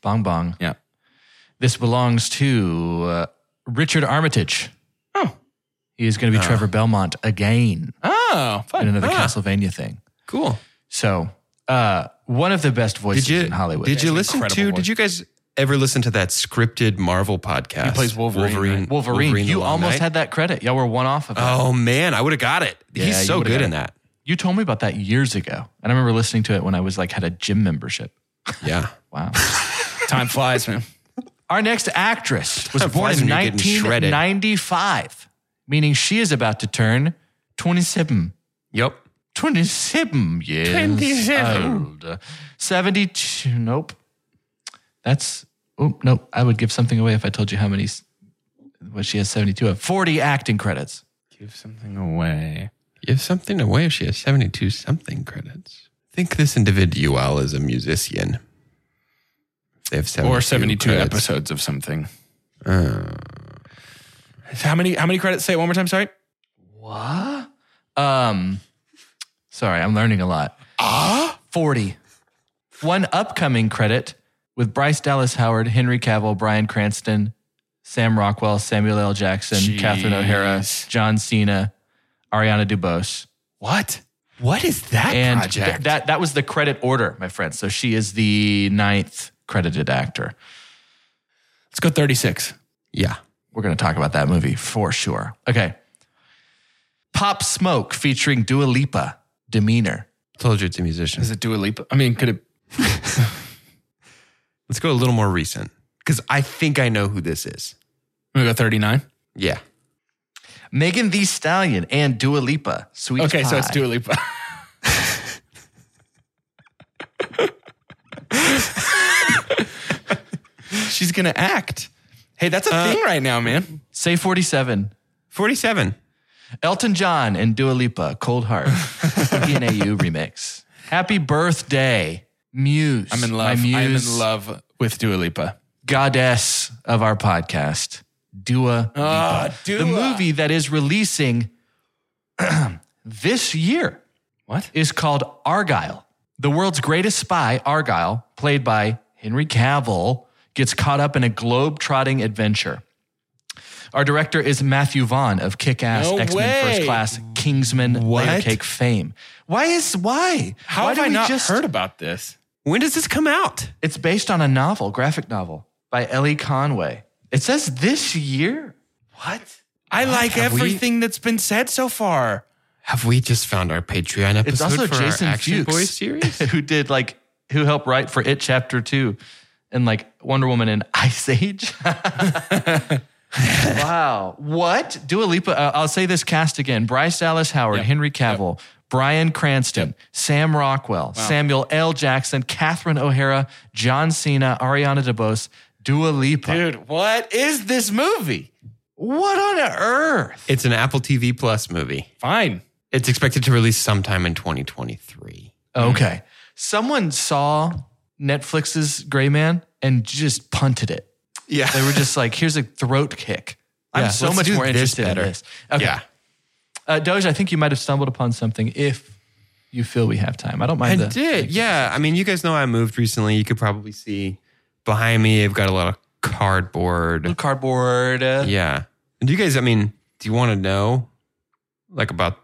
Speaker 2: bong bong.
Speaker 3: Yeah.
Speaker 2: This belongs to uh, Richard Armitage.
Speaker 3: Oh. Ah.
Speaker 2: He is going to be Trevor Belmont again
Speaker 3: Oh, fun.
Speaker 2: in another
Speaker 4: Ah.
Speaker 2: Castlevania thing.
Speaker 4: Cool.
Speaker 2: So, uh, one of the best voices
Speaker 4: Did you
Speaker 2: in Hollywood.
Speaker 4: Did you
Speaker 3: an
Speaker 4: listen to
Speaker 3: incredible
Speaker 4: did you guys ever listen to that scripted Marvel podcast?
Speaker 3: He plays Wolverine, right?
Speaker 2: Wolverine, you
Speaker 4: Along
Speaker 2: almost
Speaker 4: Night?
Speaker 2: had that credit. Y'all were one off of it.
Speaker 4: Oh man, I would have got it.
Speaker 2: Yeah,
Speaker 4: He's
Speaker 2: you
Speaker 4: so
Speaker 2: would've
Speaker 4: good
Speaker 2: got
Speaker 4: in
Speaker 2: it.
Speaker 4: that.
Speaker 2: You told me about that years ago. And I remember listening to it when I was like had a gym membership.
Speaker 4: (laughs) Yeah.
Speaker 2: Wow.
Speaker 3: Time flies, man.
Speaker 2: Our next actress was
Speaker 4: Time
Speaker 2: born
Speaker 4: flies
Speaker 2: in
Speaker 4: when you're getting shredded.
Speaker 2: 1995, meaning she is about to turn 27.
Speaker 4: Yep.
Speaker 2: 27 years
Speaker 4: 27.
Speaker 2: old. 72. Nope. That's, oh, nope. I would give something away if I told you how many, s- what she has 72 of. 40 acting credits.
Speaker 3: Give something away.
Speaker 4: Give something away if she has 72 something credits. Think this individual is a musician. They have 72
Speaker 3: Or 72
Speaker 4: credits.
Speaker 3: episodes of something.
Speaker 4: Uh,
Speaker 3: How many how many credits? Say it one more time, sorry.
Speaker 2: What? Um, sorry, I'm learning a lot. Ah? 40. One upcoming credit with Bryce Dallas Howard, Henry Cavill, Brian Cranston, Sam Rockwell, Samuel L. Jackson, Catherine O'Hara,
Speaker 3: Jeez.
Speaker 2: John Cena, Ariana DuBose.
Speaker 3: What?
Speaker 4: what is that
Speaker 2: and th-
Speaker 4: project?
Speaker 2: that that was the credit order, my friend. So she is the ninth credited actor.
Speaker 3: Let's go 36.
Speaker 4: yeah.
Speaker 2: We're going to talk about that movie for sure. Okay. Pop Smoke featuring Dua Lipa, Demeanor.
Speaker 4: Told you it's a musician.
Speaker 3: Is it Dua Lipa? I mean, could it
Speaker 4: Let's go a little more recent because I think I know who this is.
Speaker 3: we go 39?
Speaker 4: Yeah.
Speaker 2: Megan Thee Stallion and Dua Lipa, Sweet
Speaker 3: Okay, so it's
Speaker 2: Pie.
Speaker 3: Dua Lipa. She's gonna act. Hey, that's a thing right now, man.
Speaker 2: Say 47.
Speaker 4: 47.
Speaker 2: Elton John and Dua Lipa, Cold
Speaker 3: (laughs)
Speaker 2: Heart, DNAU remix. Happy birthday, Muse.
Speaker 3: I'm in
Speaker 2: My
Speaker 3: love.
Speaker 2: muse,
Speaker 3: I'm in love with Dua Lipa.
Speaker 2: goddess of our podcast, Uh, Dua
Speaker 3: Ah,
Speaker 2: the movie that is releasing (clears throat) this year
Speaker 3: What?
Speaker 2: is called Argyle. The world's greatest spy, Argyle, played by Henry Cavill, gets caught up in a globe-trotting adventure. Our director is Matthew Vaughn of Kick-Ass,
Speaker 3: No
Speaker 2: X-Men First
Speaker 3: way.
Speaker 2: Class, Kingsman,
Speaker 4: What?
Speaker 2: Layer Cake fame. Why is why?
Speaker 3: How
Speaker 2: why
Speaker 3: have
Speaker 2: do
Speaker 3: I
Speaker 2: we
Speaker 3: not heard about this?
Speaker 4: When does this come out?
Speaker 2: It's based on a novel, graphic novel by Ellie Conway. It says this year. What?
Speaker 3: I like
Speaker 4: Have we-
Speaker 3: everything that's been said so far.
Speaker 4: Have we just found our Patreon episode
Speaker 2: It's also
Speaker 4: for
Speaker 2: Jason
Speaker 4: our Action
Speaker 2: Fuchs.
Speaker 4: Boy (laughs) series?
Speaker 2: (laughs) who did like who helped write for It Chapter Two and like Wonder Woman and (laughs) Ice Age. wow, what Dua Lipa? Uh, I'll say this cast again: Bryce Dallas Howard, Henry Cavill, Brian Cranston, Sam Rockwell, Samuel L. Jackson, Catherine O'Hara, John Cena, Ariana DeBose, Dua Lipa.
Speaker 3: Dude, what is this movie?
Speaker 2: What on earth?
Speaker 4: it's an Apple TV Plus movie.
Speaker 3: Fine.
Speaker 4: It's expected to release sometime in 2023.
Speaker 2: Okay, someone saw Netflix's Gray Man and just punted it.
Speaker 4: Yeah.
Speaker 2: They were just like, here's a throat kick. I'm
Speaker 4: Yeah,
Speaker 2: so
Speaker 4: let's
Speaker 2: much
Speaker 4: do
Speaker 2: more
Speaker 4: this
Speaker 2: interested
Speaker 4: better.
Speaker 2: in this. Okay.
Speaker 4: Yeah.
Speaker 2: Uh, Doge, I think you might have stumbled upon something if you feel we have time. I don't
Speaker 4: I
Speaker 2: mind that.
Speaker 4: did. Yeah. I mean, you guys know I moved recently. You could probably see behind me, I've got a lot of cardboard.
Speaker 2: Cardboard. uh,
Speaker 4: Yeah. And do you guys, I mean, Do you want to know, like about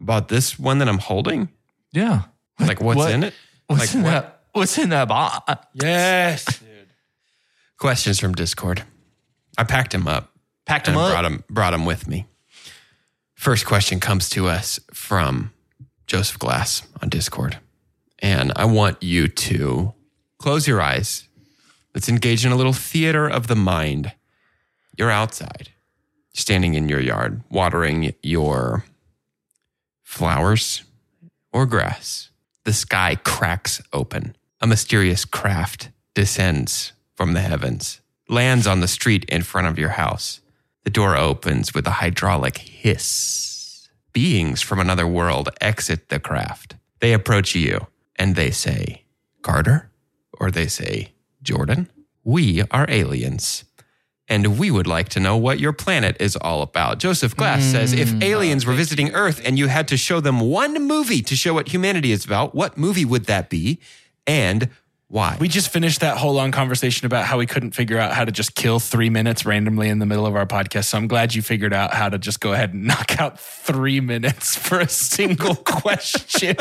Speaker 4: about this one that I'm holding?
Speaker 2: Yeah.
Speaker 4: Like what's
Speaker 2: What?
Speaker 4: in it?
Speaker 2: What's
Speaker 4: like
Speaker 2: in
Speaker 4: what?
Speaker 2: that? What's in that box?
Speaker 3: Yes. dude.
Speaker 4: Questions from Discord. I packed him up.
Speaker 2: Packed
Speaker 4: and
Speaker 2: them up.
Speaker 4: brought him brought him with me. First question comes to us from Joseph Glass on Discord. And I want you to close your eyes. Let's engage in a little theater of the mind. You're outside, standing in your yard, watering your flowers or grass. The sky cracks open. A mysterious craft descends from the heavens, lands on the street in front of your house. The door opens with a hydraulic hiss. Beings from another world exit the craft. They approach you and they say, Carter? Or they say, Jordan? We are aliens. And we would like to know what your planet is all about. Joseph Glass says
Speaker 3: Hmm.
Speaker 4: if aliens were visiting Earth and you had to show them one movie to show what humanity is about, what movie would that be and why?
Speaker 3: We just finished that whole long conversation about how we couldn't figure out how to just kill three minutes randomly in the middle of our podcast. So I'm glad you figured out how to just go ahead and (laughs) knock out three minutes for a single question.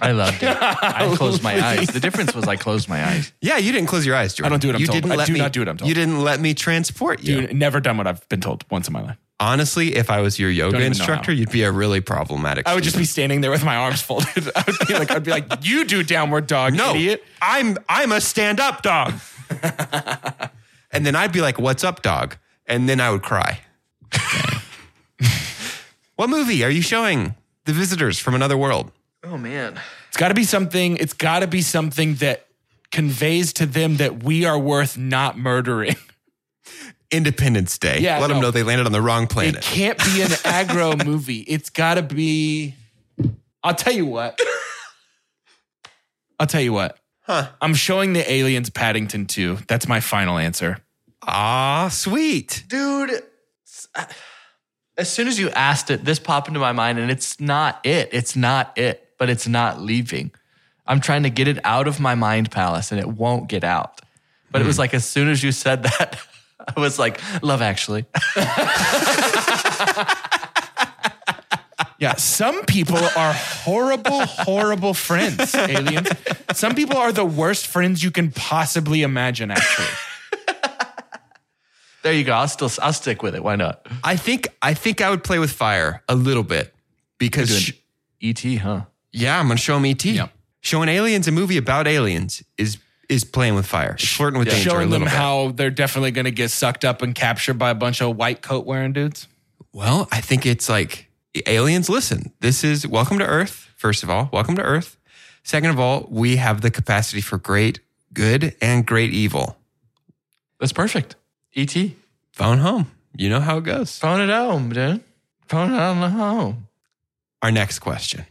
Speaker 2: I loved it. (laughs) I closed my eyes. The difference was I closed my eyes.
Speaker 4: yeah, you didn't close your eyes, Jordan.
Speaker 3: don't do what I'm
Speaker 4: you
Speaker 3: told. I do
Speaker 4: me,
Speaker 3: not do what I'm told.
Speaker 4: You didn't let me transport you.
Speaker 3: Dude, never done what I've been told once in my life.
Speaker 4: honestly, if I was your yoga
Speaker 3: even know
Speaker 4: instructor,
Speaker 3: how.
Speaker 4: you'd be a really problematic.
Speaker 3: I would just
Speaker 4: student.
Speaker 3: be standing there with my arms folded. (laughs) I would be like, I'd be like, you do downward dog,
Speaker 4: no.
Speaker 3: idiot.
Speaker 4: I'm I'm a stand up
Speaker 3: (laughs)
Speaker 4: dog. and then I'd be like, "What's up, dog?" And then I would
Speaker 3: (laughs)
Speaker 4: cry. what movie are you showing the visitors from another world?
Speaker 2: Oh man.
Speaker 3: It's got to be something. It's got to be something that conveys to them that we are worth not murdering.
Speaker 4: Independence Day.
Speaker 3: Yeah,
Speaker 4: Let them
Speaker 3: no.
Speaker 4: know they landed on the wrong
Speaker 3: It
Speaker 4: planet.
Speaker 3: can't be
Speaker 4: (laughs)
Speaker 3: an aggro movie. It's got to be. I'll tell you what. I'll tell you what. Huh. I'm showing the aliens Paddington 2. That's my final answer.
Speaker 4: Ah, sweet.
Speaker 2: Dude, as soon as you asked it, this popped into my mind and it's not it. It's not it, but it's not leaving. I'm trying to get it out of my mind palace and it won't get out. But it was like as soon as you said that, (laughs) I was like, love actually.
Speaker 3: Yeah, some people are horrible, horrible friends, aliens. Some people are the worst friends you can possibly imagine, actually.
Speaker 2: There you go. I'll still I'll stick with it. Why not?
Speaker 4: I think I think I would play with fire a little bit because
Speaker 2: doing-
Speaker 4: sh-
Speaker 2: ET, huh?
Speaker 4: Yeah, I'm gonna show them ET.
Speaker 3: Yeah.
Speaker 4: Showing aliens a movie about aliens is is playing with fire, It's flirting (laughs) with danger a
Speaker 3: Showing them
Speaker 4: little bit.
Speaker 3: how they're definitely going to get sucked up and captured by a bunch of white coat wearing dudes.
Speaker 4: well, I think it's like aliens. Listen, this is welcome to Earth. First of all, welcome to Earth. Second of all, we have the capacity for great good and great evil.
Speaker 2: That's perfect. ET.
Speaker 4: Phone home. You know how it goes.
Speaker 2: Phone it home, dude. Phone it on home.
Speaker 4: Our next question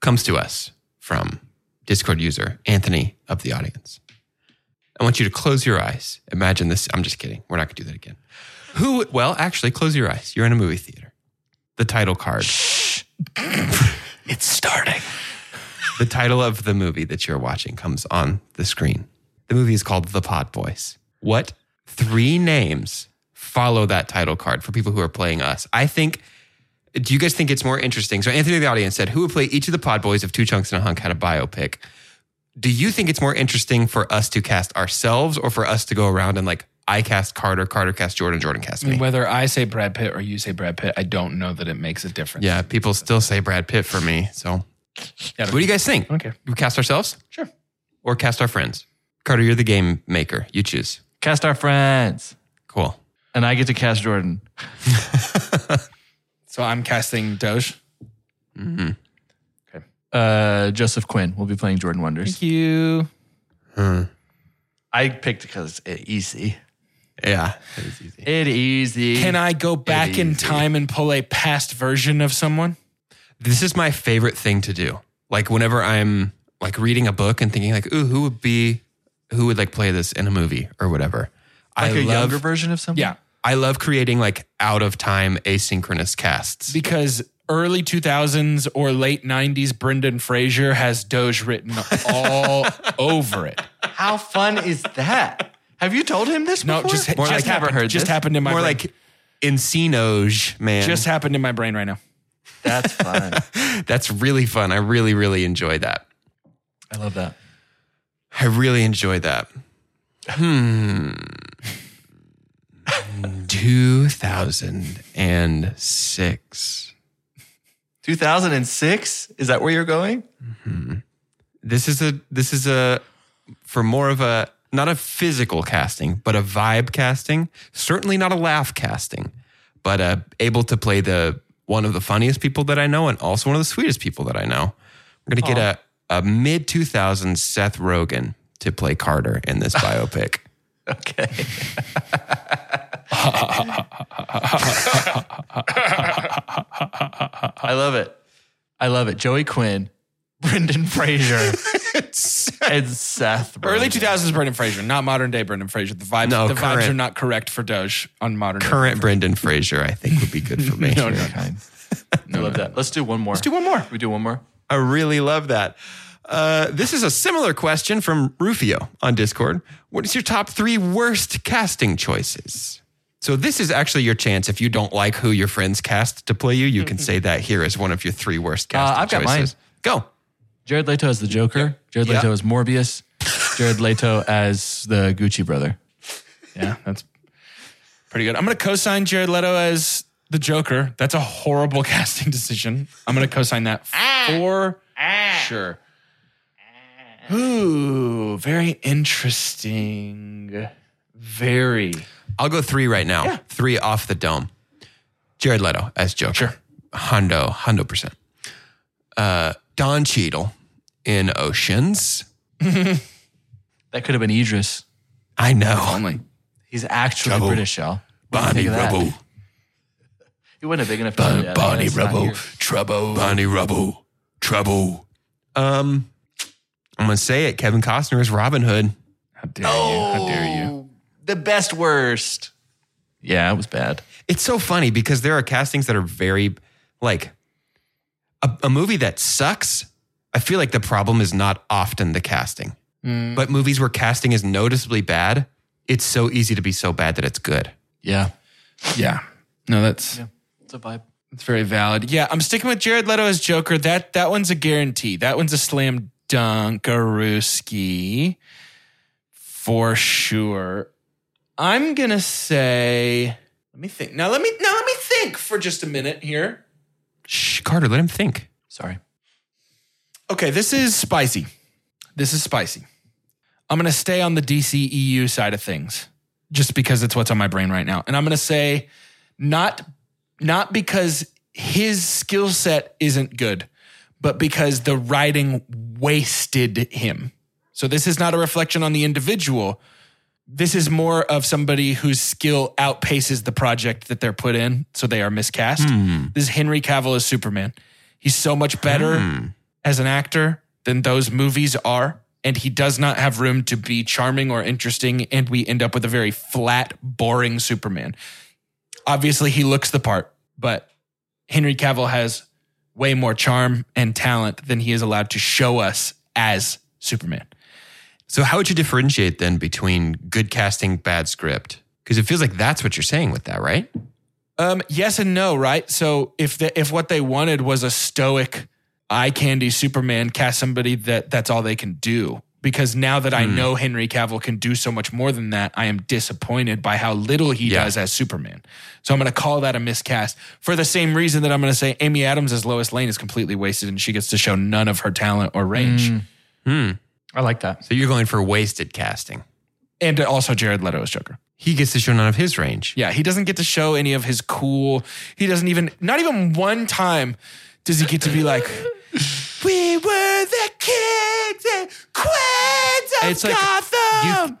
Speaker 4: comes to us from Discord user Anthony of the audience. I want you to close your eyes. Imagine this. I'm just kidding. We're not going to do that again. Who, well, actually, close your eyes. You're in a movie theater. The title card,
Speaker 3: It's starting.
Speaker 4: the title of the movie that you're watching comes on the screen. The movie is called The Pod Boys. What three names follow that title card for people who are playing us? I think do you guys think it's more interesting? So Anthony, the audience said, who would play each of the pod boys if Two Chunks and a Hunk had a biopic? Do you think it's more interesting for us to cast ourselves or for us to go around and like, I cast Carter, Carter cast Jordan, Jordan cast
Speaker 3: I mean,
Speaker 4: me?
Speaker 3: whether I say Brad Pitt or you say Brad Pitt, I don't know that it makes a difference.
Speaker 4: Yeah, people still say Brad Pitt for me. So
Speaker 3: Yeah,
Speaker 4: what do you guys think?
Speaker 3: Okay.
Speaker 4: We cast ourselves?
Speaker 3: Sure.
Speaker 4: Or cast our friends? Carter, you're the game maker. You choose.
Speaker 2: Cast our friends.
Speaker 4: Cool.
Speaker 2: And I get to cast Jordan.
Speaker 3: So I'm casting Doge.
Speaker 2: Uh, Joseph Quinn will be playing Jordan Wonders.
Speaker 3: you.
Speaker 2: I picked because it easy.
Speaker 4: Yeah. that was easy.
Speaker 2: It easy.
Speaker 3: Can I go back in time and pull a past version of someone?
Speaker 4: This is my favorite thing to do. Like whenever I'm like reading a book and thinking like, ooh, who would be who would like play this in a movie or whatever. I
Speaker 2: like a
Speaker 4: love
Speaker 2: younger version of someone?
Speaker 3: Yeah.
Speaker 4: I love creating like out of time asynchronous casts.
Speaker 3: Because early 2000s or late 90s, Brendan Fraser has Doge written (laughs) all over it.
Speaker 2: How fun is that? Have you told him this
Speaker 3: No,
Speaker 2: before?
Speaker 3: just, just
Speaker 2: I've never
Speaker 3: happened,
Speaker 2: heard
Speaker 3: just
Speaker 2: this.
Speaker 3: happened in my
Speaker 4: More
Speaker 3: brain.
Speaker 4: like Encinoge, man.
Speaker 3: Just happened in my brain right now.
Speaker 2: That's fine.
Speaker 3: (laughs)
Speaker 4: That's really fun. I really, really enjoy that.
Speaker 2: I love that.
Speaker 4: I really enjoy that. Hmm. (laughs) 2006.
Speaker 2: 2006? Is that where you're going?
Speaker 4: This is a this is a for more of a not a physical casting, but a vibe casting. Certainly not a laugh casting, but uh, able to play the one of the funniest people that I know and also one of the sweetest people that I know. We're gonna get a, a mid 2000s Seth Rogen to play Carter in
Speaker 3: (laughs)
Speaker 4: this biopic.
Speaker 2: Okay. I love it. I love it. Joey Quinn, (laughs) Brendan Fraser,
Speaker 3: (laughs)
Speaker 2: and Seth.
Speaker 3: Early
Speaker 2: Rogen.
Speaker 3: 2000s Brendan Fraser, not modern day Brendan Fraser. The vibes,
Speaker 4: No,
Speaker 3: the
Speaker 4: current.
Speaker 3: vibes are not correct for Doge on modern. day.
Speaker 4: Current Brendan Fraser, I think, would be good
Speaker 3: (laughs)
Speaker 4: for me.
Speaker 3: No, (laughs) no.
Speaker 2: Kind. I love that. Let's do one more. Let's
Speaker 3: Do one more.
Speaker 2: We do one more.
Speaker 4: I really love that. Uh, this is a similar question from Rufio on Discord. What is your top three worst casting choices? So this is actually your chance. If you don't like who your friends cast to play you, you can say that here as one of your three worst casting
Speaker 2: Mm-hmm. Uh, I've got mine.
Speaker 4: choices. Go.
Speaker 2: Jared Leto as the Joker. Jared
Speaker 4: Yeah.
Speaker 2: Leto as Morbius. Jared Leto as the Gucci brother.
Speaker 3: Yeah, that's pretty good. I'm going to co-sign Jared Leto as the Joker. That's a horrible (laughs) casting decision. I'm going to co-sign that for sure. Ooh, very interesting. Very.
Speaker 4: I'll go three right now. Three off the dome. Jared Leto as Joker. Sure. Hundo, hundo percent. Uh, Don Cheadle in Oceans.
Speaker 2: That could have been Idris.
Speaker 4: I know.
Speaker 3: Only.
Speaker 2: He's actually
Speaker 4: Trouble.
Speaker 2: British, y'all. What do
Speaker 4: Bonnie
Speaker 2: you think of that?
Speaker 4: Rubble.
Speaker 2: He wasn't a big enough.
Speaker 4: Bon-
Speaker 2: yeah,
Speaker 4: Bonnie
Speaker 2: that's not
Speaker 4: Rubble.
Speaker 2: here.
Speaker 4: Trouble. Bonnie Rubble. Trouble. Um, I'm going to say it. Kevin Costner is Robin Hood.
Speaker 3: How dare you? How dare you?
Speaker 2: The best worst. Oh. Yeah, it was bad.
Speaker 4: It's so funny because there are castings that are very like a, a movie that sucks. I feel like the problem is not often the casting, but movies where casting is noticeably bad, it's so easy to be so bad that it's good.
Speaker 2: Yeah.
Speaker 3: Yeah. No, that's
Speaker 2: It's a vibe.
Speaker 3: that's very valid. Yeah, I'm sticking with Jared Leto as Joker. That that one's a guarantee. That one's a slam dunkarooski for sure. I'm gonna say. Let me think. Now let me now let me think for just a minute here.
Speaker 4: Shh, Carter, let him think.
Speaker 2: Sorry.
Speaker 3: Okay, this is spicy. This is spicy. I'm going to stay on the DCEU side of things just because it's what's on my brain right now. And I'm going to say not not because his skill set isn't good, but because the writing wasted him. So this is not a reflection on the individual. This is more of somebody whose skill outpaces the project that they're put in, so they are miscast. This is Henry Cavill as Superman. He's so much better as an actor than those movies are. And he does not have room to be charming or interesting. And we end up with a very flat, boring Superman. Obviously, he looks the part, but Henry Cavill has way more charm and talent than he is allowed to show us as Superman.
Speaker 4: So, how would you differentiate then between good casting, bad script? Because it feels like that's what you're saying with that, right?
Speaker 3: Um, yes and no, right? So if the, if what they wanted was a stoic eye candy Superman, cast somebody that that's all they can do. Because now that I know Henry Cavill can do so much more than that, I am disappointed by how little he
Speaker 4: Yeah.
Speaker 3: does as Superman. So I'm going to call that a miscast for the same reason that I'm going to say Amy Adams as Lois Lane is completely wasted and she gets to show none of her talent or range.
Speaker 2: I like
Speaker 3: (laughs)
Speaker 2: that.
Speaker 4: So, you're going for wasted casting.
Speaker 3: And also Jared Leto as Joker.
Speaker 4: He gets to show none of his range.
Speaker 3: Yeah, he doesn't get to show any of his cool. He doesn't even, not even one time does he get to be like, we were the kings and queens of
Speaker 4: It's like
Speaker 3: Gotham.
Speaker 4: You,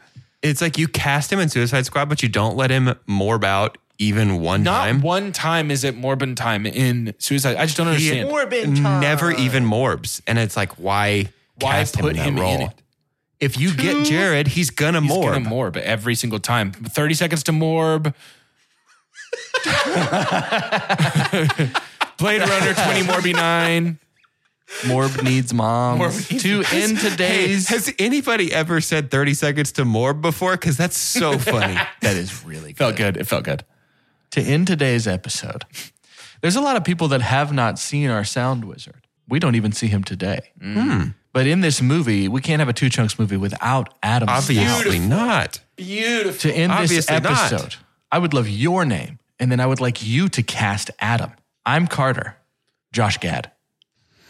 Speaker 4: it's like you cast him in Suicide Squad, but you don't let him morb out even one
Speaker 3: not
Speaker 4: time.
Speaker 3: one time is it Morbin time in Suicide. I just don't
Speaker 4: He
Speaker 3: understand.
Speaker 4: never even morbs, and it's like why
Speaker 3: Why
Speaker 4: cast
Speaker 3: put
Speaker 4: him in that
Speaker 3: him in
Speaker 4: role?
Speaker 3: it?
Speaker 4: If you get Jared, he's gonna
Speaker 3: He's
Speaker 4: morb.
Speaker 3: gonna morb every single time. 30 seconds
Speaker 4: (laughs)
Speaker 3: to morb. Blade Runner 20
Speaker 2: Morb needs moms
Speaker 3: Morb needs-
Speaker 2: to end
Speaker 4: Hey,
Speaker 2: today's.
Speaker 4: has anybody ever said
Speaker 3: (laughs)
Speaker 4: 30 seconds to morb before? Because that's so funny.
Speaker 2: that is really good.
Speaker 3: Felt good. It felt good.
Speaker 2: to end today's episode. There's a lot of people that have not seen our sound wizard. We don't even see him today.
Speaker 3: Hmm.
Speaker 2: But in this movie, we can't have a two chunks movie without Adam. Stout.
Speaker 4: Obviously not.
Speaker 3: Beautiful.
Speaker 2: To end this
Speaker 4: Obviously not.
Speaker 2: episode, I would love your name, and then I would like you to cast Adam. I'm Carter, Josh Gad.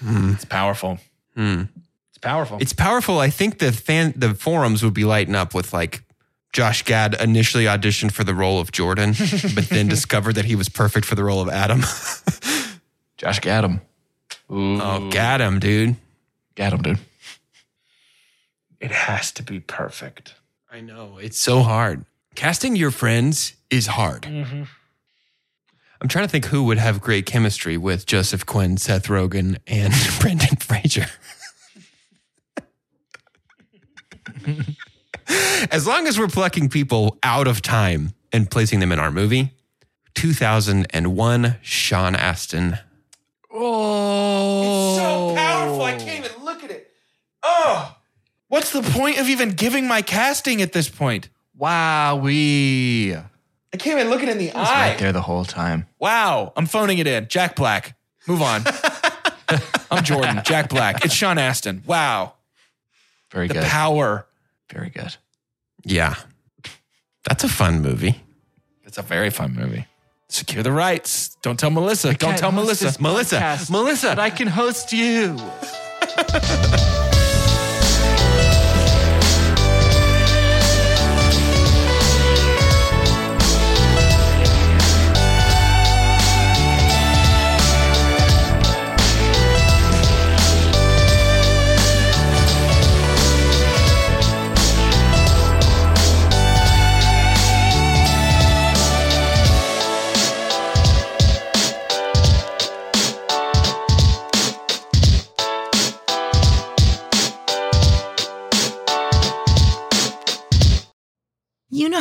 Speaker 3: It's powerful. It's powerful.
Speaker 4: It's powerful. I think the fan the forums would be lighting up with like Josh Gad initially auditioned for the role of Jordan, but then discovered that he was perfect for the role of Adam.
Speaker 2: Josh Gadam.
Speaker 4: oh, Gadam, dude.
Speaker 2: Gadam, dude.
Speaker 3: it has to be perfect.
Speaker 4: I know. It's so hard. Casting your friends is hard. I'm trying to think who would have great chemistry with Joseph Quinn, Seth Rogen, and (laughs) Brendan Fraser. (laughs) as long as we're plucking people out of time and placing them in our movie, 2001 Sean Astin.
Speaker 2: Oh,
Speaker 3: So powerful. I can't even look at it. Oh, what's the point of even giving my casting at this point?
Speaker 2: wow, we
Speaker 3: I can't even look it in the eye.
Speaker 2: right there the whole time.
Speaker 3: Wow, I'm phoning it in. Jack Black. Move on. (laughs) I'm Jordan. Jack Black. It's Sean Astin. Wow,
Speaker 2: Very
Speaker 3: the
Speaker 2: good.
Speaker 3: power.
Speaker 2: Very good.
Speaker 4: Yeah. That's a fun movie.
Speaker 3: It's a very fun movie. Secure the rights. Don't tell Melissa. Don't
Speaker 2: can't
Speaker 3: tell
Speaker 2: host
Speaker 3: Melissa.
Speaker 2: this
Speaker 4: Melissa,
Speaker 2: podcast,
Speaker 4: Melissa.
Speaker 2: but I can host you.
Speaker 5: You know